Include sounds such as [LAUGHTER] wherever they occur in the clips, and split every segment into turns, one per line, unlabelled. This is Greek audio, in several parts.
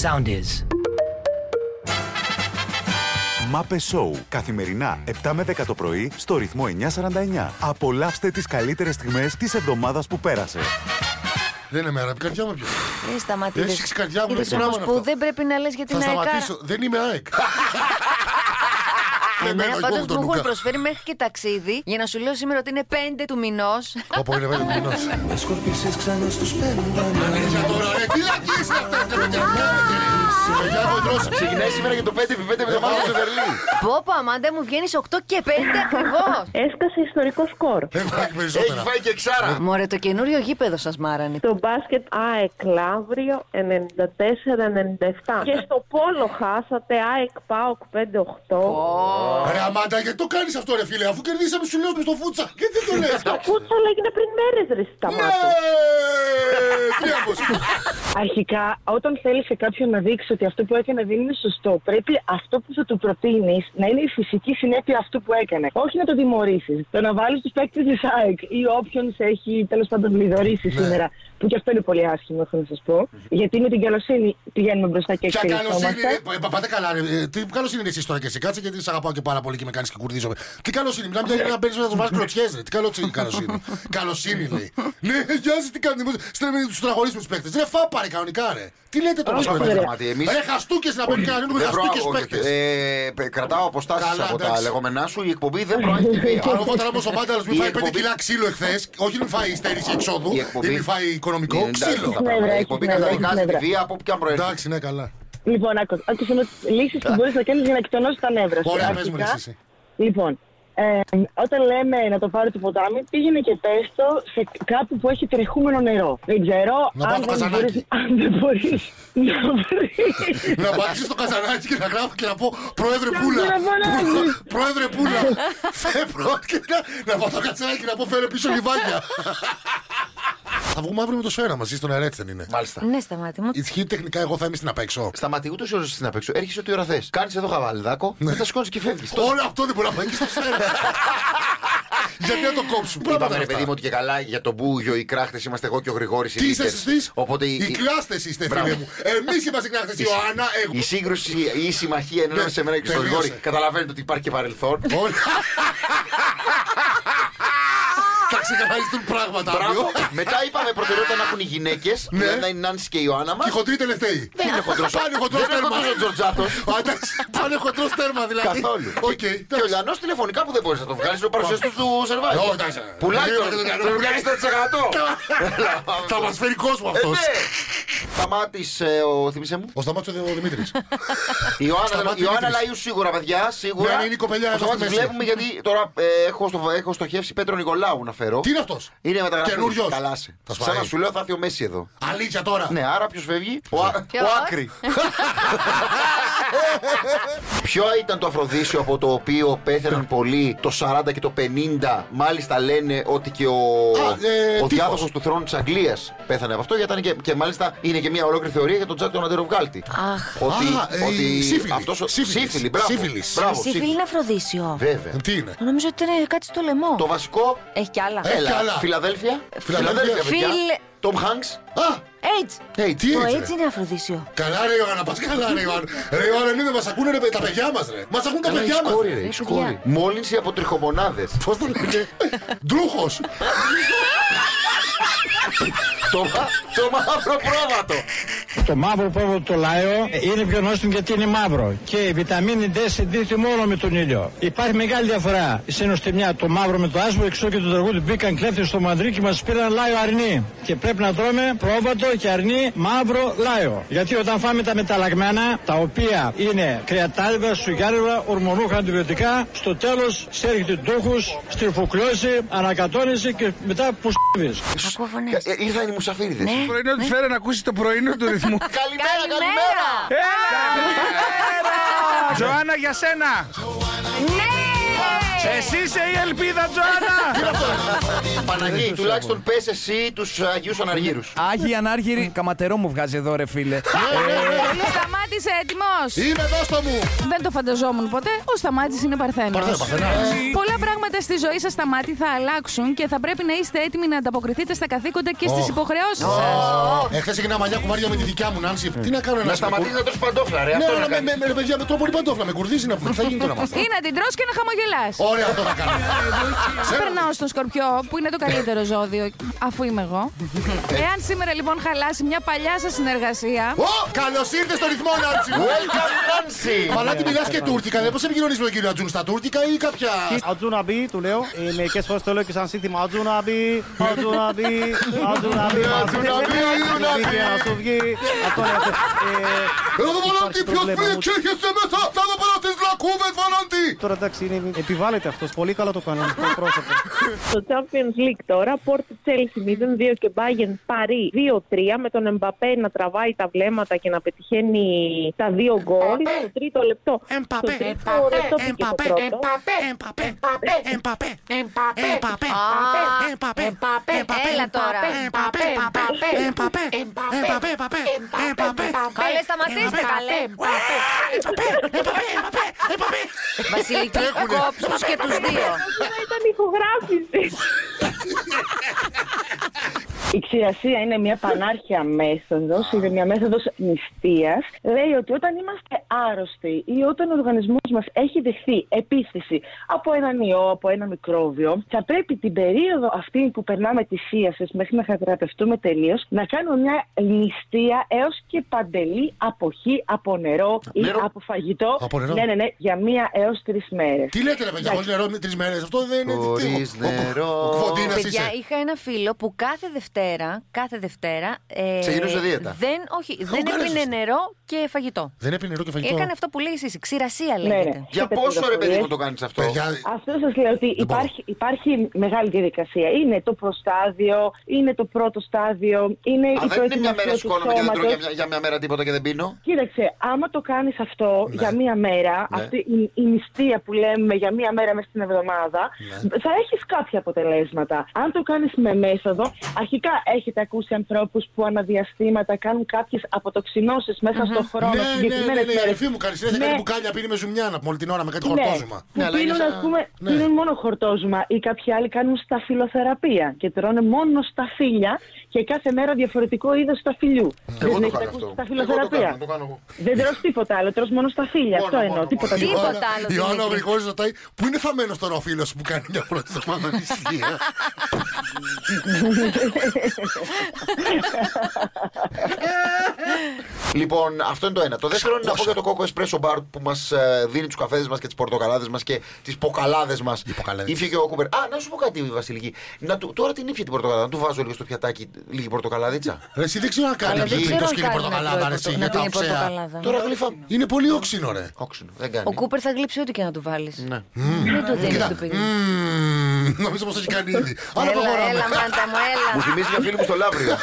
Sound is.
Μάπε Σόου. Καθημερινά 7 με 10 το πρωί στο ρυθμό 949. Απολαύστε τις καλύτερες στιγμές της εβδομάδας που πέρασε.
Δεν είναι μέρα, καρδιά μου πια.
Ε, σταματήτε.
Έσυξε η καρδιά μου,
Είδες
δεν
όμως
προλάβανα
που
αυτό.
δεν πρέπει να λες για την
Θα
ΑΕΚ.
σταματήσω. Δεν είμαι ΑΕΚ. Δεν μένω
Εμένα
εγώ με
Ναι, πάντως
τον
μου έχουν
Λούκα.
προσφέρει μέχρι και ταξίδι για να σου λέω σήμερα ότι είναι 5 του μηνός.
[LAUGHS] Όπω είναι
Ναι.
βέβαια μηνός.
Με σκορπίσες ξανά στους πέντε
Αλήθεια τώρα, ρε, τι λακκίες είναι αυτές, δεν με διαφέρετε. Παιδιά, έχω δρόσει. Ξεκινάει σήμερα για το 5x5 με το μάλλον στο Βερολίνο.
Πω πω, Αμάντα μου βγαίνεις 8 και 5 ακριβώς.
Έσκασε ιστορικό σκορ.
Δεν πάει Ε, περισσότερα.
Ε, φάει και ξάρα.
Ε,
Μωρέ, το καινούριο γήπεδο σας μάρανε.
Το μπάσκετ ΑΕΚ Λαύριο 94-97. Και στο πόλο χάσατε ΑΕΚ ΠΑΟΚ 5-8.
Ρε Αμάντα, γιατί το κάνεις αυτό, ρε φίλε, αφού κερδίσαμε σου λέω στο φούτσα. Γιατί δεν το Ναι! λε. [LAUGHS]
Φούτσαλ έγινε πριν μέρες ρε σταμάτω.
Τρίαμβο.
Αρχικά, όταν θέλεις σε κάποιον να δείξεις ότι αυτό που έκανε δεν είναι σωστό, πρέπει αυτό που θα του προτείνεις να είναι η φυσική συνέπεια αυτού που έκανε. Όχι να το τιμωρήσεις. Το να βάλεις τους παίκτες της ΑΕΚ ή όποιον σε έχει τέλος πάντων
Ναι.
λιδωρήσει σήμερα. Που και αυτό είναι πολύ άσχημο, έχω να σας πω. Γιατί με την καλοσύνη πηγαίνουμε μπροστά και
Ποια καλοσύνη.
[LAUGHS] εξελισσόμαστε.
ρε, πα- Πάτε καλά, ρε. Ε, Τι καλοσύνη είναι εσύ τώρα και εσύ. Κάτσε γιατί σε αγαπάω και πάρα πολύ και με κάνεις και κουρδίζομαι. Τι καλοσύνη. Μιλάμε για να παίρνει να του βάζεις κλωτσιές, ρε. Τι καλοσύνη, καλοσύνη. καλοσύνη λέει. ναι, γεια σας, τι κάνετε. Στρέμει του τραγωρίσμου παίχτε. Ρε φάπαρε κανονικά, ρε. Τι λέτε τώρα,
Όχι,
στο
ρε.
παιδί.
Εμείς-
Ρε χαστούκες να παίρνει κανένα με
Δεν
χαστούκες
προάγω-
παίχτε.
ε, πε- Κρατάω αποστάσεις
Καλά,
από τα
εντάξει. Ε,
λεγόμενά σου. Η εκπομπή δεν προάγει τη βία.
Παρόφατα όμω ο Μάνταλο μην
Η
φάει 5
εκπομπή-
κιλά ξύλο εχθέ. Όχι μην φάει στέρηση εξόδου
Η
ή
εκπομπή-
μην φάει
Ναι,
οικονομικό.
εντάξει, τα
Ξύλο.
πράγματα.
Νεύρα,
Η
έχει
εκπομπή
νεύρα, έχει
καταδικάζει τη
νεύρα.
βία από ποια προέρχεται.
Εντάξει, ναι, καλά.
Λοιπόν, άκου- άκουσε με λύσει που μπορεί να κάνει για να εκτονώσει τα νεύρα σου.
Ωραία,
Αρχικά,
πες μου, ρε, εσύ.
Λοιπόν, ε, όταν λέμε να το πάρει το ποτάμι, πήγαινε και πέστο σε κάπου που έχει τρεχούμενο νερό. Δεν ξέρω
Να πάω
αν,
στο
δεν
καζανάκι.
μπορείς, αν δεν μπορείς να
[LAUGHS]
βρεις.
να πατήσω στο καζανάκι και να γράφω και να πω Πρόεδρε
Να
Πούλα.
βγω να
Πούλα,
φωνάζεις.
Πρόεδρε Πούλα. Φε πρώτα και να, να πάω στο καζανάκι και να πω φέρε πίσω λιβάνια. Θα βγούμε αύριο με το σφαίρα μαζί, στον αέρα έτσι δεν είναι.
[LAUGHS]
Μάλιστα.
Ναι, σταμάτη μου.
Ισχύει τεχνικά, εγώ θα είμαι στην απέξω.
Σταματή, ούτως ή άλλως στην απέξω. Έρχεσαι ό,τι ώρα θες. Κάνεις εδώ χαβαλιδάκο,
Ναι.
μετά σηκώνεις και φεύγεις.
Όλο αυτό δεν μπορεί να πάει και στο σφαίρα. Γιατί να το κόψουν. Πράγματα
Είπαμε ρε
αυτά.
παιδί μου ότι και καλά για τον Μπούγιο οι κράχτες είμαστε εγώ και ο Γρηγόρης.
Τι είστε εσείς,
Οπότε η-
οι
η-
κλάστε είστε, φίλε
Μπράβο.
μου. Εμείς είμαστε οι κλάστε. Ιωάννα, εγώ. Ναι,
Η σύγκρουση ή η συμμαχία ενώπιση σε μένα και στον
τελείωσε.
Γρηγόρη. Καταλαβαίνετε ότι υπάρχει και παρελθόν.
Όλα. [LAUGHS] Θα ξεκαθαριστούν πράγματα αύριο.
Μπράβο. Μετά είπαμε προτεραιότητα να έχουν οι γυναίκες.
Ναι.
Δηλαδή να είναι η Νάνση και η Ιωάννα μας.
Και χοντρή τελευταίοι.
Δεν είναι χοντρός.
Πάνε χοντρός
Δεν είναι
τέρμα.
χοντρός ο Τζορτζάτος.
Εντάξει, Πάνε χοντρός τέρμα δηλαδή.
Καθόλου.
Οκ.
Και- Και ο Λιανό τηλεφωνικά που δεν μπορείς να το βγάλει, είναι ο παρουσιαστή του Σερβάη.
Ω, εντάξει.
Πουλάει
Ναι,
τον.
ναι, ναι, ναι.
Τον βγάλεις 100%.
Θα μα φέρει κόσμο
Ε,
αυτό.
ναι. Σταμάτησε ο θυμίσέ μου.
Ο Σταμάτης ο Δημήτρης.
Η Ιωάννα,
Σταμάτη
η Ιωάννα
Δημήτρης.
Λαϊού σίγουρα, παιδιά, σίγουρα.
Ναι, είναι η κοπελιά
Ο
εδώ στη
Σταμάτης
μέση.
βλέπουμε γιατί τώρα ε, έχω, στο, έχω στοχεύσει Πέτρο Νικολάου να φέρω.
Τι είναι αυτός.
Είναι μεταγραφής.
Καινούριος.
Καλά σε.
Θα
Σαν να
σπάει.
σου λέω θα έρθει ο Μέση εδώ.
Αλήθεια τώρα.
Ναι, άρα ποιος φεύγει. Ο, Α-
Ποιος?
ο Άκρη. Ποιο ήταν το Αφροδίσιο από το οποίο πέθαναν πολλοί το 40 και το 50. Μάλιστα λένε ότι και ο,
Α, ε,
ο
τύφος.
διάδοχος του θρόνου της Αγγλίας πέθανε από αυτό. Γιατί ήταν και, και μάλιστα είναι και μια ολόκληρη θεωρία για τον Τζακ τον Αντεροβγάλτη.
Αχ.
Ότι,
Α, ε, η σύφυλη.
αυτός ο-
Σύφυλης.
σύφυλη, μπράβο.
Σύφυλης.
Μπράβο,
Εσύ
σύφυλη.
φίλη είναι Αφροδίσιο.
Βέβαια.
Ε, Τι είναι.
Νομίζω ότι ήταν κάτι στο λαιμό.
Το βασικό.
Έχει κι άλλα.
Ε,
Έλα,
κι άλλα.
Φιλαδέλφια.
Φιλαδέλφια,
παιδιά.
Φιλ-
Τόμ Χάγκς.
Α,
AIDS.
Ε,
hey, τι
Το
έτσι.
AIDS είναι Αφροδίσιο.
Καλά ρε Ιωάννα, πας καλά ρε Ιωάννα. Ρε Ιωάννα, μην μας ακούνε ρε, τα παιδιά μας ρε. Μας ακούν τα
Καλά,
παιδιά
έχεις
μας.
κόρη, ρε,
Ε,
έχεις
παιδιά.
κόρη. Μόλυνση από τριχομονάδες.
Πώς το λένε. Ντρούχος.
το, μα- το μαύρο πρόβατο.
Το μαύρο πρόβατο το λαό είναι πιο νόστιμο γιατί είναι μαύρο. Και η βιταμίνη D συντίθεται μόνο με τον ήλιο. Υπάρχει μεγάλη διαφορά στην νοστιμιά το μαύρο με το άσπρο. Εξώ και το τραγούδι μπήκαν κλέφτες στο Μαδρί και μας πήραν λάιο αρνί. Και πρέπει να τρώμε πρόβατο και αρνί μαύρο λάιο. Γιατί όταν φάμε τα μεταλλαγμένα, τα οποία είναι κρεατάριδα, σουγιάριδα, ορμονούχα αντιβιωτικά, στο τέλος σέρχεται ντούχου, στριφουκλώση, ανακατόνιση και μετά που σκύβεις.
Ακούω φωνέ.
Ε, Ήρθαν οι μουσαφίριδες.
Ναι.
Πρωινό του φέρα να ακούσει το πρωινό του ρυθμού.
Καλημέρα, καλημέρα.
Καλημέρα!
Έλα! Ζωάνα για σένα!
Ναι!
Εσύ είσαι η ελπίδα, Τζοάννα!
Παναγί, τουλάχιστον πες εσύ τους Αγίους Αναργύρους.
Άγιοι ανάργυροι, καματερό μου βγάζει εδώ ρε φίλε.
Πολύ σταμάτησε έτοιμος.
Είμαι, δώστα μου!
Δεν το φανταζόμουν ποτέ. Ο Σταμάτης είναι παρθένος.
Παρθένα, παρθένα.
Πολλά πράγματα στη ζωή σας στα μάτια θα αλλάξουν και θα πρέπει να είστε έτοιμοι να ανταποκριθείτε στα καθήκοντα και στις
Ωχ.
υποχρεώσεις σα.
Εχθέ Ε, έγινα μαλλιά κουβάρια με τη δικιά μου, Νάνση. Τι να κάνω,
Να
ένα
σταματήσει να τρως παντόφλα, ρε.
Ναι,
Αυτό να
αλλά με,
κάνει.
με, με, παιδιά, με τρώω πολύ παντόφλα, με κουρδίζει να πούμε. Τι θα γίνει τώρα με αυτό.
Ή να Ε, την τρώ και να χαμογελάς.
Ωραία, αυτό θα κάνω. Ξέρω-
Περνάω στον Σκορπιό, που είναι το καλύτερο ζώδιο, αφού είμαι εγώ. Εάν σήμερα λοιπόν χαλάσει μια παλιά σα συνεργασία.
Ω, καλώ ήρθε στο ρυθμό, Νάνση.
Ναι.
μου.
Welcome, Nancy.
Μαλά τι μιλά και τουρκικά. Δεν πώ επικοινωνεί με τον κύριο Ατζούν στα τουρκικά ή κάποια.
Ατζουναμπή, του λέω. Ε, Μερικέ φορέ το λέω και σαν σύνθημα. Ατζουναμπή, Ατζουναμπή, Ατζουναμπή.
Ατζουναμπή, Ατζουναμπή.
σου βγει. Αυτό είναι αυτό. Ε,
Εγώ Βαλάντι, ποιο
πρόβλημα,
πήγε
μου.
και έρχεσαι μέσα. Θα δω παρά τι λακκούβε, Βαλάντι.
Τώρα εντάξει, είναι, επιβάλλεται αυτός. Πολύ καλά το κανονικό πρόσωπο.
Στο Champions League τώρα, Πόρτο Chelsea 0-2 και Bayern Παρί 2-3 με τον Εμπαπέ να τραβάει τα βλέμματα και να πετυχαίνει τα δύο γκολ στο τρίτο λεπτό.
Εμπαπέ,
Στο τρίτο λεπτό πήγε το
Εμπαπέ,
πρώτο.
Εμπαπέ, Εμπαπέ,
Εμπαπέ.
Εμπαπέ, Εμπαπέ,
Εμπαπέ.
Εμπαπέ,
Έλα τώρα.
Εμπαπέ, Εμπαπέ, Εμπαπέ, Εμπαπέ, Εμπαπέ, Εμπαπέ,
Καλέ, σταματήστε, καλέ. Βασιλική κόψου και τους δύο.
Να ήταν ηχογράφηση.
Η ξηρασία είναι μια πανάρχια μέθοδος, είναι μια μέθοδος νηστείας. Λέει ότι όταν είμαστε άρρωστοι ή όταν ο οργανισμός μας έχει δεχθεί επίθεση από έναν ιό, από ένα μικρόβιο, θα πρέπει την περίοδο αυτή που περνάμε τη θίαση μέχρι να θεραπευτούμε τελείως να κάνουμε μια νηστεία έως και παντελή αποχή από νερό ή
Νερό.
από φαγητό.
Από νερό.
Ναι, ναι, ναι, για μία έως τρεις μέρες.
Τι λέτε ρε
Ναι.
παιδιά, χωρίς νερό με τρεις μέρες. Αυτό δεν είναι.
Χωρίς
τι- ο- ο-
νερό.
ο Κβοντίνας
Παιδιά,
είσαι.
είχα ένα φίλο που κάθε Δευτέρα, κάθε Δευτέρα. ε,
Ξεκινούσε δίαιτα.
Δεν, όχι, δεν
Χαμπάρες
έπινε
είστε.
νερό και φαγητό.
Δεν έπινε νερό και φαγητό.
Έκανε αυτό που λέει εσύ, ξηρασία
Ναι,
λέγεται.
ναι.
Για
Έχετε
πόσο ρε παιδί
πληροφορίες.
μου το ε. κάνεις αυτό.
Παιδιά, ναι,
Αυτό σας
Λοιπόν.
λέω ότι
μπορώ.
υπάρχει, υπάρχει μεγάλη διαδικασία. Είναι το προστάδιο, είναι το πρώτο στάδιο, είναι
Α,
η
δεν είναι μια
προετοιμασία
μέρα
του
σκόνομαι και δεν τρώω
σώματος.
για μια- για μια μέρα τίποτα και δεν πίνω.
Κοίταξε, άμα το κάνεις αυτό για μία μέρα, αυτή η, η νηστεία που λέμε για μία μέρα μέσα στην εβδομάδα, θα έχεις κάποια αποτελέσματα. Αν το κάνεις με μέθοδο, αρχικά έχετε ακούσει ανθρώπους που αναδιαστήματα κάνουν κάποιες αποτοξινώσεις μέσα στον χρόνο,
Ναι, ναι, ναι, ναι,
συγκεκριμένες
ναι,
μέρες.
Ρεφή μου κάνει συνέχεια
Ναι.
κάτι μπουκάλια, πίνει με ζουμιά να πούμε όλη την ώρα με κάτι
Ναι,
χορτόζουμα.
Που
Ναι, αλλά
πίνουν,
είναι σαν-
ας πούμε,
ναι.
πίνουν μόνο χορτόζουμα ή κάποιοι άλλοι κάνουν σταφυλοθεραπεία και τρώνε μόνο σταφύλια και κάθε μέρα διαφορετικό είδος σταφυλιού.
Εγώ το κάνω
έχετε ακούσει
αυτό. Εγώ το
Σταφυλοθεραπεία.
κάνω, το κάνω εγώ.
Δεν τρως τίποτα άλλο, τρως μόνο σταφύλια.
Μόνο,
Αυτό εννοώ,
μόνο,
τίποτα
Η
μόνο.
άλλο.
Τίποτα
Ιωάννα-
άλλο
Η
δεν
Ιωάννα
είναι.
Γρηγόρης ρωτάει πού είναι χαμένο τώρα ο φίλος που κάνει μια πρώτη εβδομάδα νηστεία.
[LAUGHS]
Λοιπόν, αυτό είναι το ένα. Το δεύτερο είναι να πω για το κόκο Espresso Bar που μας δίνει τους καφέδες μας και τις πορτοκαλάδες μας και τις ποκαλάδες μας.
Οι ποκαλάδες.
Ήφια και ο Κούπερ. Α, να σου πω κάτι, Βασιλική. Να του, τώρα την ήφια την πορτοκαλάδα. Να του βάζω λίγο στο πιατάκι λίγη πορτοκαλάδιτσα.
Ρε, Ε, εσύ δεν ξέρω αν κάνει
Αλλά
αυτό
δεν
το
ξέρω
σκύλι πορτοκαλάδα, ρε, εσύ,
να
για τα
πίνει
οξέα.
πορτοκαλάδα.
τώρα γλύφα.
Είναι πολύ όξινο, ρε.
Όξινο. Δεν κάνει.
Ο Κούπερ θα γλύψει ό,τι και να του βάλεις.
Ναι.
Δεν του δίνει
Κοίτα,
το παιδί.
μμμ, νομίζω πως έχει κάνει ήδη. Άρα
Έλα,
προχωράμε.
έλα, μάντα μου,
Μου
έλα.
θυμίζει μια φίλη μου στο Λαύριο.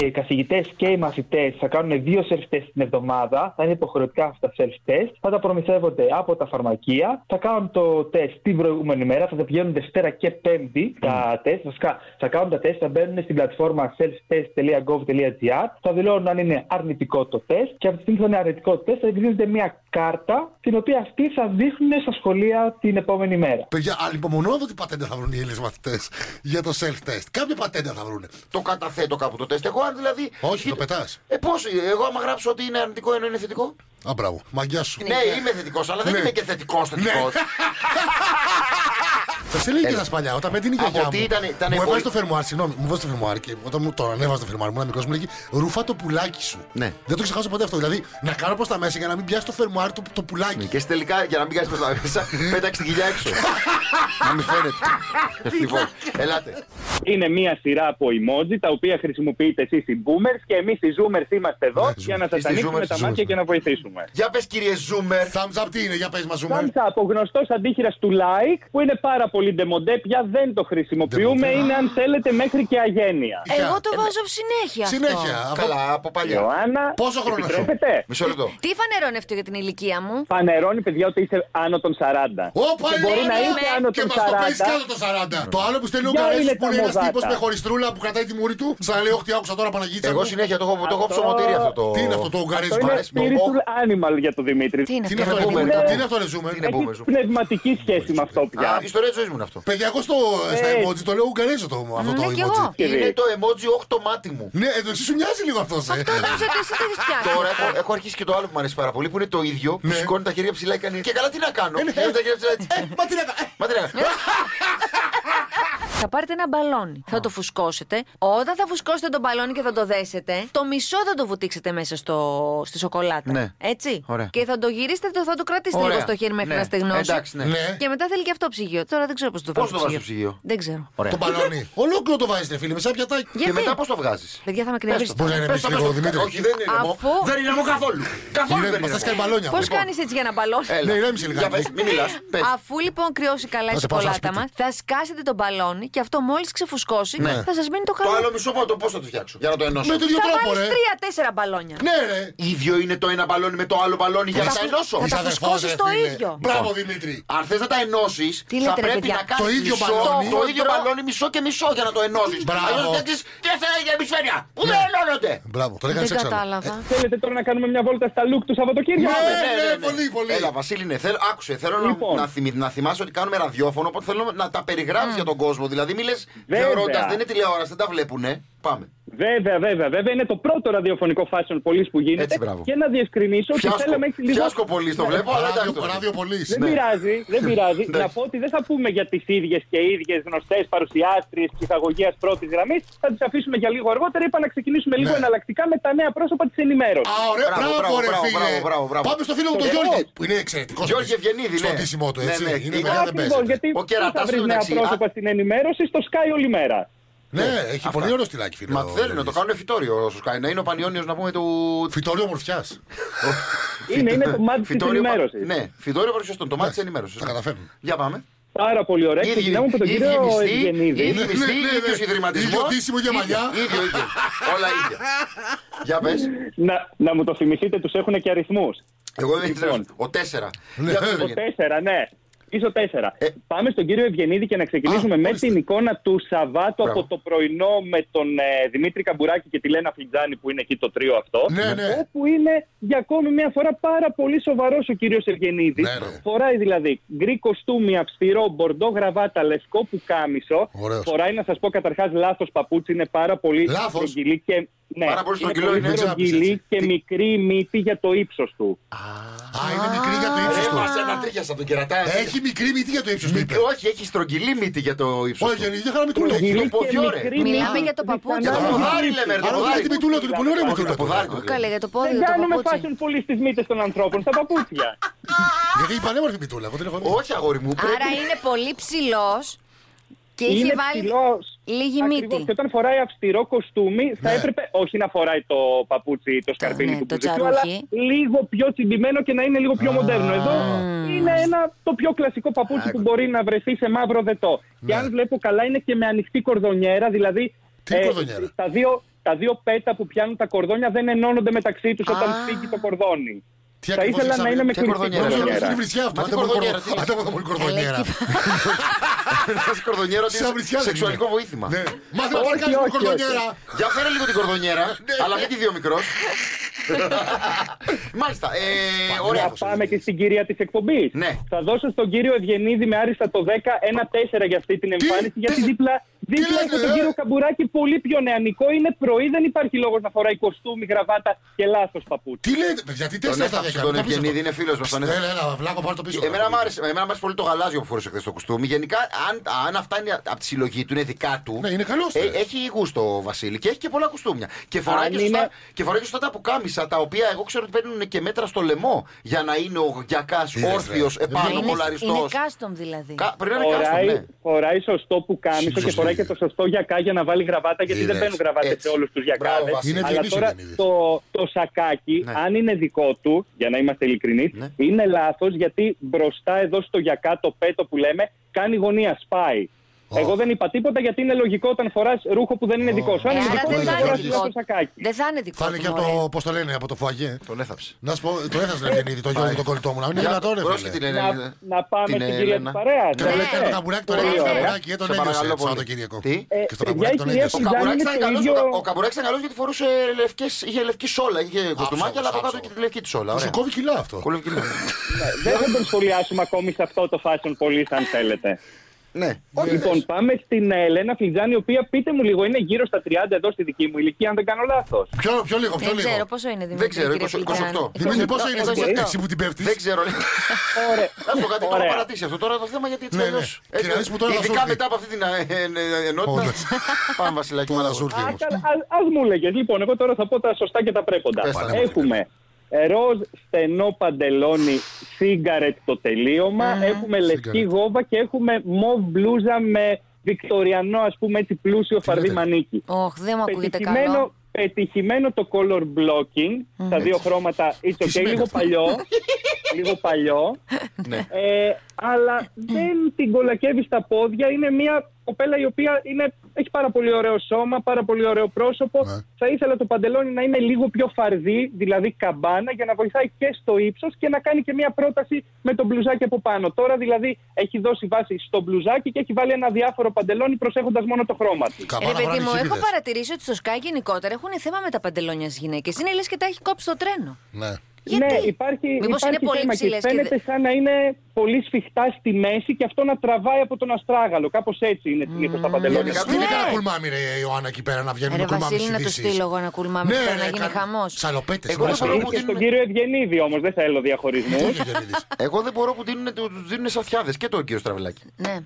οι καθηγητές και οι μαθητές θα κάνουν δύο self-test την εβδομάδα. Θα είναι υποχρεωτικά αυτά τα self-test. Θα τα προμηθεύονται από τα φαρμακεία. Θα κάνουν το τεστ την προηγούμενη μέρα. Θα τα πηγαίνουν Δευτέρα και
Mm.
Πέμπτη τα τεστ. Βασικά θα κάνουν τα τεστ, θα μπαίνουν στην πλατφόρμα self-test.gov.gr. Θα δηλώνουν αν είναι αρνητικό το τεστ. Και από τη στιγμή που θα είναι αρνητικό το τεστ, θα εκδίδεται μια κάρτα την οποία αυτή θα δείχνουν στα σχολεία την επόμενη μέρα.
Παιδιά, ανυπομονώ να δω τι πατέντα θα βρουν οι Έλληνες μαθητές για το self-test. Κάποια πατέντα θα βρουν.
[LAUGHS] το καταθέτω κάπου το τεστ. Εγώ αν δηλαδή.
Όχι, το πετάς.
Ε, πώς, εγώ άμα γράψω ότι είναι αρνητικό ενώ είναι θετικό.
Α, μπράβο. Μαγκιά σου.
Ναι, είμαι θετικός, αλλά δεν
Ναι.
είμαι και θετικός θετικός.
Θα σε λέει και τα σπαλιά, όταν με την
Ε, Από
γιαγιά μου.
τι ήταν- ήταν
μου έβαζε
πολύ-
το φερμουάρ, συγγνώμη, μου έβαζε το φερμουάρ και όταν μου το ανέβαζε το φερμουάρ, μου ένα μικρός μου λέγει Ρούφα το πουλάκι σου.
Ναι.
Δεν το ξεχάσω ποτέ αυτό. Δηλαδή να κάνω προ τα μέσα για να μην πιάσει το φερμουάρ το, το πουλάκι.
Ναι, Και στη τελικά, για να μην κάνει προ τα μέσα, [LAUGHS] πέταξε την κοιλιά έξω. να μην
[LAUGHS]
φαίνεται. λοιπόν, ελάτε.
Είναι μία σειρά από emoji τα οποία χρησιμοποιείτε εσείς οι boomers και εμείς οι zoomers είμαστε εδώ
Ναι,
για να
Είστε
σα ανοίξουμε
zoomers,
τα
zoomers.
μάτια και να βοηθήσουμε.
Για πες, κύριε Ζούμερ.
Thumbs up Ε, τι είναι, για πες μας ζούμε.
Thumbs up, ο γνωστός αντίχειρας του like που είναι πάρα πολύ
πολύ ντεμοντέ, πια δεν το χρησιμοποιούμε. Είναι αν θέλετε μέχρι και αγένεια.
Ε,
Εγώ
Ε,
το βάζω συνέχεια. αυτό.
Καλά, από παλιά.
Ιωάννα,
Πόσο χρόνο σου.
ε.
επιτρέπετε?
Μισό λεπτό.
Τι φανερώνει αυτό για την ηλικία μου.
Φανερώνει, παιδιά, ότι είσαι άνω των 40.
Όπα,
Και μπορεί
ναι,
να
ναι,
είσαι
ναι.
άνω
Και
των 40.
μας το παίζεις κάτω των 40.
Ναι.
Το άλλο που στέλνει ο
Για
Καρέσης
είναι
που
τα
είναι ένας
μοζάτα.
τύπος με χωριστρούλα που κρατάει τη μούρη του. Σαν να λέει, όχι, τι άκουσα τώρα Παναγίτσα.
Εγώ
μου».
συνέχεια το έχω- το έχω ψωμοτήρι αυτό το-
Τι είναι αυτό το ουγγαρέζικο. Μ'
Αυτό
Είναι
αρέσει, το-
spiritual animal για τον Δημήτρη.
Τι είναι
Τι είναι αυτό,
ρε,
ρε,
boomer,
boomer,
ήταν.
Τι είναι αυτό, ρε, ζούμε.
Τι είναι boomer σου.
Πνευματική σχέση με αυτό
Α,
πια.
η ιστορία της ζωής μου είναι αυτό.
Παιδιά, εγώ στο, στα
Ε.
emoji το λέω ουγγαρέζο το, αυτό το
Ναι, κι
emoji.
εγώ.
Είναι το emoji 8 το μάτι μου.
Ναι, εδώ εσύ σου μοιάζει λίγο αυτός, ε.
Αυτό νόμιζα ότι εσύ δεν έχεις πιάσει.
Τώρα έχω, έχω αρχίσει και το άλλο που μου αρέσει πάρα πολύ που είναι το ίδιο. Που σηκώνει τα χέρια ψηλά και κάνει. Και καλά τι να κάνω. Σηκώνει τα χέρια ψηλά έτσι. Ε,
Μα τι να κάνω. Ναι. ε.
Μα τι να κάνω.
Θα πάρετε ένα μπαλόνι. Θα το φουσκώσετε. Όταν θα φουσκώσετε το μπαλόνι και θα το δέσετε, το μισό θα το βουτήξετε μέσα στο, στη σοκολάτα.
Ναι.
Έτσι.
Ωραία.
Και θα το γυρίσετε, το, θα το κρατήσετε
Ωραία.
λίγο στο χέρι μέχρι
Ναι.
να στεγνώσει.
Εντάξει, ναι.
Ναι.
Και μετά θέλει και αυτό ψυγείο. Τώρα δεν ξέρω πώς το
Πώς
βάζω.
το βάζεις στο ψυγείο?
Δεν ξέρω.
Ωραία.
Το μπαλόνι. Ολόκληρο το βάζεις, ρε φίλε, με σαν πιατάκι.
Και
Γιατί?
μετά πώς το βγάζεις.
Παιδιά, θα με
Πες
κρυβίσει.
Μπορεί να είναι
Πες το, πες
λίγο,
το.
Δημήτρη.
Όχι, δεν είναι μό.
Αφού-
Δεν είναι μό καθόλου. Καθόλου δεν
Ηρέμη,
είναι
Μα
μό.
κάνει μπαλόνια.
Πώς κάνεις έτσι για ένα μπαλόνι.
Έλα.
Ναι, ηρέμησε λίγο.
Για πες, μην μιλά.
Αφού λοιπόν κρυώσει καλά η
σε πάω στο
σοκολάτα μα,
σπίτι.
θα σκάσετε τον μπαλόνι και αυτό μόλις ξεφουσκώσει
Ναι.
θα σας μείνει το
Το
καλό.
άλλο μισό πάτο πώς θα το φτιάξω. Για να το ενώσω.
Με τον ίδιο
Θα
τρόπο,
βάλεις
ρε.
τρία-τέσσερα μπαλόνια.
Ναι, ρε.
Ίδιο είναι το ένα μπαλόνι με το άλλο μπαλόνι για να
Θα
τα
τα-
ενώσω.
θα τα
Είσαι αδερφός,
φουσκώσεις
ρε,
το
φίλε.
ίδιο.
Μπράβο, Δημήτρη.
Αν θες να τα ενώσεις, θα
Τι λέτε, ρε,
πρέπει
παιδιά.
να κάνεις
Το ίδιο
μισό,
μπαλόνι.
το ίδιο
Χοντρό.
μπαλόνι μισό και μισό για να το ενώσεις.
Μπράβο. Ναι.
Αλλιώ φτιάξει τέσσερα για επισφαίρεια που δεν ενώνονται.
Μπράβο, το έκανες
Δεν
έξαλλο.
κατάλαβα.
Θέλετε τώρα να κάνουμε μια βόλτα στα λουκ του Σαββατοκύριακου.
Ναι, ναι, πολύ, πολύ.
Έλα, Βασίλη, ναι, θέλω, άκουσε. Θέλω να-
Λοιπόν.
να, θυμι- να θυμάσαι ότι κάνουμε ραδιόφωνο, οπότε θέλω να τα περιγράψεις για τον κόσμο. Δηλαδή, μη λες
Βέβαια.
θεωρώντα, δεν είναι τηλεόραση, δεν τα βλέπουνε. Πάμε.
Βέβαια, βέβαια, βέβαια. Είναι το πρώτο ραδιοφωνικό fashion πολύ που γίνεται.
Έτσι, μπράβο.
και να διευκρινίσω ότι
Φιάσκο,
θέλαμε έτσι λίγο.
φιάσκο πολύ, το
Ναι.
βλέπω, αλλά εντάξει.
Ράδιο- Ράδιο πολύ.
Δεν πειράζει, δεν πειράζει.
Εντάξει.
να πω ότι δεν θα πούμε για τις ίδιες και ίδιες γνωστές παρουσιάστριες ψυχαγωγίας πρώτης γραμμής. Θα τις αφήσουμε για λίγο αργότερα. Είπα να ξεκινήσουμε λίγο
Ναι.
εναλλακτικά με τα νέα πρόσωπα της ενημέρωσης.
Α, ωραία,
Μπράβο,
μπράβο, ρε
μπράβο,
φίλε.
μπράβο, μπράβο, μπράβο.
Πάμε στο φίλο μου τον
Στον
Γιώργη.
Γιώργη.
Που είναι εξαιρετικό.
Γιώργη Ευγενίδη,
Στο
ναι.
ντύσιμο του,
Ναι,
έτσι.
ναι,
Είναι
είναι
παιδιά, δεν
Ακριβώ,
παίζεται.
γιατί
Ο
δεν
κερατάς
θα βρει
είναι
νέα
μεταξύ.
πρόσωπα
Α.
στην ενημέρωση στο Sky όλη μέρα.
Ναι, έχει πολύ ωραίο στυλάκι, φίλε.
Μα
ο
θέλει να το
Γιώργης.
κάνουν φυτόριο όσο κάνει. Να είναι ο Πανιόνιος να πούμε του.
Φυτόριο ομορφιάς.
Είναι, είναι το μάτι της
Φυτόριο
ενημέρωσης.
πα- Ναι, φυτόριο παρουσιαστών. Το μάτι της ενημέρωσης.
τα καταφέρνουν.
Για πάμε.
Πάρα πολύ ωραία.
Ίδιοι-
Ξεκινάμε με τον
ίδιοι
κύριο
μισθοί,
Ευγενίδη.
ίδιοι
Ναι,
μισθοί,
ναι, ναι.
ίδιος ιδρυματισμός.
Ίδιο ντύσιμο για
Ίδιο,
μαλλιά.
ίδιο, ίδιο. Όλα
[LAUGHS]
ίδια. Για πες.
Να, να μου το θυμηθείτε, τους έχουν και αριθμούς.
Εγώ δεν
Λοιπόν.
ξέρω. Ο τέσσερα.
Ναι.
Για πες,
Ο
Βαγγέλη.
4, ναι. Ίσο 4.
Ε.
Πάμε στον κύριο Ευγενίδη και να ξεκινήσουμε
Α,
με
ορίστε.
την εικόνα του Σαββάτου
Μπράβο.
από το πρωινό με τον ε, Δημήτρη Καμπουράκη και τη Λένα Φλιτζάνη που είναι εκεί το τρίο αυτό.
Ναι, ναι.
Όπου είναι για ακόμη μια φορά πάρα πολύ σοβαρός ο κύριος Ευγενίδης.
Ναι, ρε.
Φοράει δηλαδή γκρι κοστούμι, αυστηρό, μπορντό γραβάτα, λευκό πουκάμισο.
Ωραίος.
Φοράει να σας πω καταρχάς λάθος παπούτσι, είναι πάρα πολύ
Λάθος.
στρογγυλή και. Ναι,
Πάρα πολύ στρογγυλό,
πολύ
είναι έτσι να πεις,
στρογγυλή
έτσι.
και
Τι-
μικρή μύτη για το ύψος του.
Α, είναι μικρή για το ύψο
Ρε,
του.
μας ανατρίχιασα τον κερατά.
Έχει μικρή μύτη για το ύψος του. είπε.
Μικρο- Όχι, έχει στρογγυλή μύτη για το ύψος.
Όχι, Γιώργη, δεν χαραμητούλα.
Έχει το
Στρογγυλή και
ποδιό, ρε.
μικρή
Μιλάμε
μύτη,
για το παπούτσι.
Για το
διπλανά
ποδάρι,
μύτη.
λέμε. ρε, το
Άρα δεν
ποδάρι.
έχει τη μητούλα του, είναι πολύ ωραία
Όχι, το
μητούλα του.
ποδάρι του.
Καλέ για το πόδι,
Δεν
για το
κάνουμε
παπούτσι.
fashion πολύ στις μύτες των ανθρώπων, στα παπούτσια.
Γιατί έχει πανέμορφη μητούλα. Εγώ την έχω δει.
Όχι, αγόρι μου. πρέπει-
Άρα είναι πολύ ψηλός και είχε
Είναι
βάλει
ψηλός.
λίγη
Ακριβώς.
μύτη.
Και όταν φοράει αυστηρό κοστούμι, θα
Ναι.
έπρεπε όχι να φοράει το παπούτσι, το σκαρπίνι
ναι,
του
το
μπουζουκιού, αλλά
τσαρούχι.
λίγο πιο τσιμπημένο και να είναι λίγο πιο μοντέρνο. Εδώ είναι ένα το πιο κλασικό παπούτσι που μπορεί να βρεθεί σε μαύρο δετό. Και αν βλέπω καλά, είναι και με ανοιχτή κορδονιέρα, δηλαδή.
Ναι. Τι κορδονιέρα?
Τα δύο, τα δύο πέτα που πιάνουν τα κορδόνια δεν ενώνονται μεταξύ τους όταν φύγει το κορδόνι.
Τι
θα
ακριβώς
ήθελα
έχεις
να είναι
άμυνα?
με
Τι
κρυφτή
κορδονιέρα,
Νομίζω ότι
Κορδονιέρα.
είναι βρισιά αυτό.
Μα τι
Άντε από
κορδονιέρα, τι είναι.
εδώ πολύ κορδονιέρα.
Ένας κορδονιέρα ότι
Σαν
είναι
βρισιά
σε-
δεν
σεξουαλικό
είναι.
βοήθημα.
Ναι. Μάθε να
Όχι,
παρακάνεις με
όχι,
κορδονιέρα.
Για φέρε λίγο την κορδονιέρα,
Ναι,
αλλά μην τη δύο μικρός.
[LAUGHS]
Μάλιστα. ε, Ωραία.
Να πάμε και στην κυρία της εκπομπής.
Ναι.
Θα δώσω στον κύριο Ευγενίδη με άριστα το 10 ένα 4 για αυτή την εμφάνιση. γιατί
Τι-
δίπλα, δίπλα
λέτε,
έχω
ε?
τον κύριο Καμπουράκη πολύ πιο νεανικό. Είναι πρωί, δεν υπάρχει λόγος να φοράει κοστούμι, γραβάτα και λάθο παπούτσι.
Τι λέτε, παιδιά, τι
Τον
τέσσερα στα
έφταψε
δέκα.
τον
μην τα πεις
Ευγενίδη,
αυτό.
είναι φίλος μας, τον
Έλα,
έφταψε.
έλα, βλάκο, πάρ' το πίσω.
Εμένα μου άρεσε, εμένα μου άρεσε πολύ το γαλάζιο που φόρεσε χθες το κουστούμι. Γενικά, αν, αν αυτά είναι από τη συλλογή του, είναι δικά του. Ε,
Ναι, είναι καλός, ναι.
έχει γούστο ο Βασίλη και έχει και πολλά κουστούμια. Και φοράει,
Αν
και, σωστά,
είναι-
και φοράει και σωστά τα πουκάμισα, τα οποία εγώ ξέρω ότι παίρνουν και μέτρα στο λαιμό για να είναι ο γιακάς
Είδες,
όρθιο
ρε.
Α,
επάνω
είναι, είναι
κολαριστό.
custom δηλαδή.
Πρέπει να είναι κάστο,
Φοράει,
ναι.
φοράει σωστό που κάνει
Σωστό
και φοράει και το σωστό γιακά για να βάλει γραβάτα γιατί
Είδες,
δεν μπαίνουν γραβάτε
έτσι.
σε όλους τους
Μπράβο,
γιακάδε.
Βασίλη.
Είναι
Αλλά
ευγενής ο
τώρα
Ευγενίδης.
το, το σακάκι,
Ναι.
αν είναι δικό του, για να είμαστε ειλικρινείς,
Ναι.
είναι λάθος γιατί μπροστά εδώ στο γιακά το πέτο που λέμε κάνει γωνία, σπάει. Εγώ δεν είπα τίποτα γιατί είναι λογικό όταν φοράς ρούχο που δεν είναι δικό σου. Αν
Ε,
είναι δικό σου, φοράς ένα σακάκι.
Δεν θα είναι δικό
Θα είναι και
του,
από
μωρέ.
το. Πώς το λένε, από το φουαγέ.
Τον έθαψε.
Να σου πω, το έθαψε ρε Γεννήτη, το Γιώργο τον κολλητό μου. Να μην
Για-
είναι δυνατόν, ρε
πρόσεχε την Ελένη.
φίλε.
Να-
Να πάμε
Την
στην κυρία Ναι.
Έλενα.
της παρέας.
Και το λέει το καμπουράκι, το
Ωραία.
λέει το καμπουράκι, ε, τον
Σε
ένιωσε
παρακαλώ
το
πολύ.
Σαββατοκύριακο.
Τι?
Και στο
Ε, παιδιά,
καμπουράκι
η
τον
κυρία
ένιωσε.
Ο
Σουζάνη
Καμπουράκης
είναι
ήταν
το
καλός,
ίδιο-
ο- ο Καμπουράκης ήταν καλός γιατί φορούσε λευκές, είχε λευκή σόλα, είχε κοστούμάκι, αλλά από κάτω
άψογος.
και τη λευκή της σόλα.
Σου
Ωραία.
κόβει κιλά αυτό.
Κόλλευε και λίγο. Ε,
Δεν θα τον σχολιάσουμε ακόμη σε αυτό το fashion πολύ, αν θέλετε.
Ναι. Όχι,
Λοιπόν,
θες.
πάμε στην ε, Ελένα Φλιτζάνη, η οποία πείτε μου λίγο, είναι γύρω στα 30 εδώ στη δική μου ηλικία, αν δεν κάνω λάθος.
Πιο, πιο λίγο, πιο
Δεν ξέρω
λίγο.
πόσο είναι Δημήτρη.
Δεν ξέρω,
κύριε
28.
Πλητιάνη.
Δημήτρη, πόσο είναι εσύ που-
28.
εσύ που την πέφτεις.
Δεν [LAUGHS] ξέρω. λέει.
Ωραία.
Να σου πω κάτι, το έχω
Ωραία.
παρατήσει αυτό τώρα το θέμα γιατί έτσι
Ναι,
αλλιώς.
ναι. Και να δεις που τώρα θα σου
Ειδικά
έρθει.
μετά από αυτή την ε, ε, ε, ενότητα.
Όντως.
[LAUGHS] Πάμε Βασιλάκη.
Τώρα
μάλλον.
σου ήρθε
Α
όμω.
καλά, ας- ας μου λέγες. Λοιπόν, εγώ τώρα θα πω τα σωστά και τα πρέποντα.
Πες τα, ναι,
Έχουμε ροζ στενό παντελόνι, σίγκαρετ το τελείωμα. Έχουμε λευκή
Σίγκαρετ.
γόβα και έχουμε μοβ μπλούζα με βικτοριανό, ας πούμε έτσι, πλούσιο φαρδί
λέτε?
μανίκι.
Ωχ, δεν μου ακούγεται
Πετυχημένο,
καλό.
πετυχημένο το color blocking, τα δύο χρώματα it's okay,
σημαίνει
λίγο
αυτό?
παλιό, λίγο παλιό,
Ναι.
ε, αλλά δεν την κολακεύεις στα πόδια. Είναι μια κοπέλα η οποία είναι, έχει πάρα πολύ ωραίο σώμα, πάρα πολύ ωραίο πρόσωπο.
Ναι.
Θα ήθελα το παντελόνι να είναι λίγο πιο φαρδί, δηλαδή καμπάνα, για να βοηθάει και στο ύψος και να κάνει και μια πρόταση με τον μπλουζάκι από πάνω. Τώρα δηλαδή έχει δώσει βάση στο μπλουζάκι και έχει βάλει ένα διάφορο παντελόνι προσέχοντας μόνο το χρώμα του.
Ρε
Καμπάνα
παιδί
βράδυ
μου, έχω
χιμπίδες.
παρατηρήσει ότι στο Sky γενικότερα έχουν θέμα με τα παντελόνια στις γυναίκες. Είναι λες και τα έχει κόψει το τρένο.
Ναι.
Γιατί?
Ναι, υπάρχει,
Μήπως
υπάρχει
είναι πολύ
θέμα
ψηλές και
και φαίνεται
δεν-
σαν να είναι πολύ σφιχτά στη μέση και αυτό να τραβάει από τον αστράγαλο. Κάπως έτσι είναι συνήθως τα παντελόνια.
Γενικά,
Στην
ναι.
κανένα κουλμάμι, ρε Ιωάννα, εκεί πέρα να βγαίνουν
Ρε
με κουλμάμι
Βασίλη,
στις
να το
ειδήσεις.
στείλω εγώ ένα κουλμάμι
Ναι,
τώρα να
ρε,
γίνει
καν-
χαμός.
Σαλοπέτες.
Εγώ
να
δεν
σου πω.
μπορώ Ναι.
Είναι
που
και στον
δίνουν-
κύριο Ευγενίδη όμως, δεν θέλω
[LAUGHS]
διαχωρισμούς.
Τι έγινε, Γιάννη,
Εγώ δεν μπορώ που δίνουν, τους δίνουν σαφιάδες και τον κύριο Στραβελάκη.
Ναι.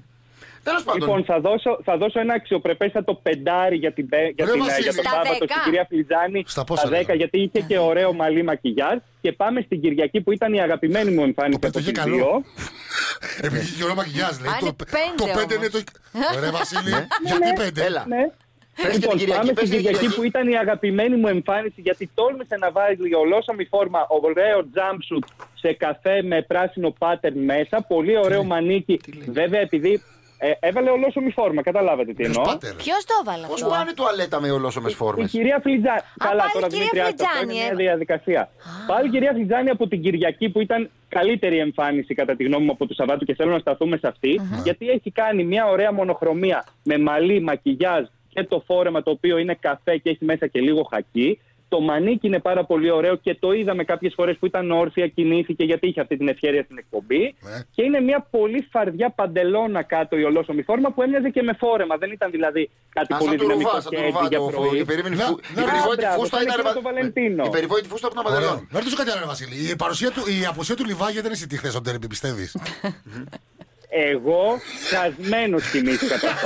Τέλος πάντων.
Λοιπόν, θα δώσω, θα δώσω ένα αξιοπρεπέστατο πεντάρι για την, Πε- για
Ρε
την, ε,
Βασίλη.
για τον
Στα
Πάπατο,
δέκα.
στην κυρία Φλιτζάνη,
Στα πόσα
δέκα,
λέγαμε.
γιατί είχε και ωραίο μαλλί μακιγιάζ. Και πάμε στην Κυριακή που ήταν η αγαπημένη μου εμφάνιση
Το
από
πέτυχε
τις
καλό.
δύο.
Επειδή είχε ωραίο μακιγιάζ, λέει.
Α, είναι
Το
πέντε
το πέντε είναι
όμως.
το. Ρε
Ναι.
Βασίλη, γιατί πέντε.
Έλα.
Ναι.
Πες και την
Λοιπόν,
Κυριακή,
πάμε
πες
στην
και την
Κυριακή
Κυριακή.
που ήταν η αγαπημένη μου εμφάνιση γιατί τόλμησε να βάλει ολόσωμη φόρμα ωραίο jumpsuit σε καφέ με πράσινο pattern μέσα. Πολύ ωραίο
Ναι.
μανίκι. Βέβαια επειδή ε, έβαλε ολόσωμη φόρμα, καταλάβατε τι εννοώ. ε,
Πάτε, ρε.
Ποιος το έβαλε
Πώς
αυτό.
πάνε τουαλέτα με ολόσωμες
Η
φόρμες.
κυρία Φλιτζάνη. Καλά,
πάλι
τώρα
η κυρία
Δημήτρη, άκουσα, αυτό
Φλιτζάνη,
είναι μια
ε.
διαδικασία. Πάλι η κυρία Φλιτζάνη από την Κυριακή που ήταν καλύτερη εμφάνιση κατά τη γνώμη μου από τους Σαββάτου και θέλω να σταθούμε σε αυτη γιατί έχει κάνει μια ωραία μονοχρωμία με μαλλί, μακιγιάζ και το φόρεμα το οποίο είναι καφέ και έχει μέσα και λίγο χακί. Το μανίκι είναι πάρα πολύ ωραίο και το είδαμε κάποιες φορές που ήταν όρθια, κινήθηκε γιατί είχε αυτή την ευχαίρεια στην εκπομπή.
Ναι.
Και είναι μια πολύ φαρδιά παντελώνα κάτω η ολόσωμη φόρμα που έμοιαζε και με φόρεμα. Δεν ήταν δηλαδή κάτι
Α,
πολύ
σαν του
δυναμικό
ρουβά, σαν
και
του
έτσι
ρουβά.
για
το φω-
πρωί.
Η περίμενη
Να-
φου- η
να-
περιβόητη
μπράβο,
φούστα
σαν
ήταν.
εκείνο το
ρε, βα-
Βαλεντίνο.
Η περιβόητη φούστα από τα
Ωραίο.
Μαδελών.
Να ρωτήσω κάτι άλλο, ρε Βασίλη. Η, παρουσία του, η απουσία του Λιβάγια δεν εσύ τι χθε στον τέρμπι, πιστεύεις.
Εγώ χασμένος κοιμήθηκα.
[LAUGHS]
παιδιά.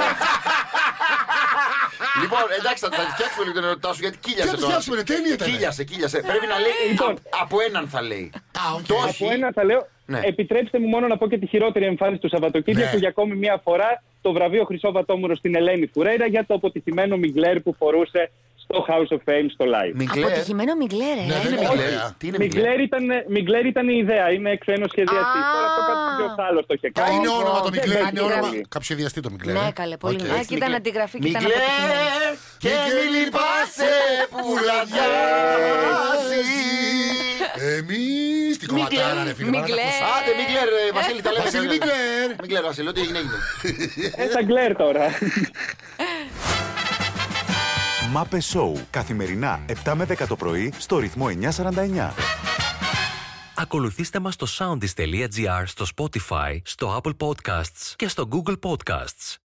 Λοιπόν, εντάξει, θα θα τη φτιάξουμε λίγο την ερωτητά σου γιατί
Τι
κύλιασε
να τη
τώρα.
φτιάξουμε, ρε, τέλεια ήταν.
Κύλιασε, κύλιασε. Πρέπει να λέει. α- Από έναν θα λέει.
Α, οκ.
Το όχι.
Λοιπόν. Από ένα θα λέω,
Ναι.
επιτρέψτε μου μόνο να πω και τη χειρότερη εμφάνιση του Σαββατοκύριακου
Ναι.
για ακόμη μία φορά το βραβείο Χρυσό Βατόμουρο στην Ελένη Φουρέιρα για το αποτυχημένο Μιγκλέρ που φορούσε στο House of Fame στο live.
Μιγκλέρ. Τι
Αποτυχημένο μιγκλέρε.
Ναι,
είναι
ναι.
Μιγκλέρ. Τι είναι Μιγκλέρ.
Μιγκλέρ ήταν, Μιγκλέρ ήταν η ιδέα, είναι ξένος σχεδιαστής.
Α.
Τώρα αυτό κάποιο άλλο το είχε
Α,
κάνει.
είναι όνομα το
Δεν
Μικλέρ,
με
είναι όνομα.
πειράζει.
Κάποιο σχεδιαστή το Μικλέρ.
Ναι,
ε.
καλέ, πολύ.
Οκ.
Okay. Εκεί ήταν αντιγραφή και ήταν
Μιγκλέρ
αποτυχημένη.
και μη λυπάσαι που λαδιάζει.
Εμείς την
Μικλέρ,
κομματάρα, ρε φίλε.
Μικλέρ.
μάνα, τα
Άντε, Μιγκλέρ, ε, Βασίλη, τα λέμε.
Βασίλη,
τα λέμε.
Μιγκλέρ.
Μιγκλέρ, Βασίλη, ό,τι έγινε, έγινε.
Ε, τα Γκλέρ τώρα.
Μάπε Σόου. Καθημερινά 7 με 10 το πρωί στο ρυθμό 949.
Ακολουθήστε μας στο soundis.gr, στο Spotify, στο Apple Podcasts και στο Google Podcasts.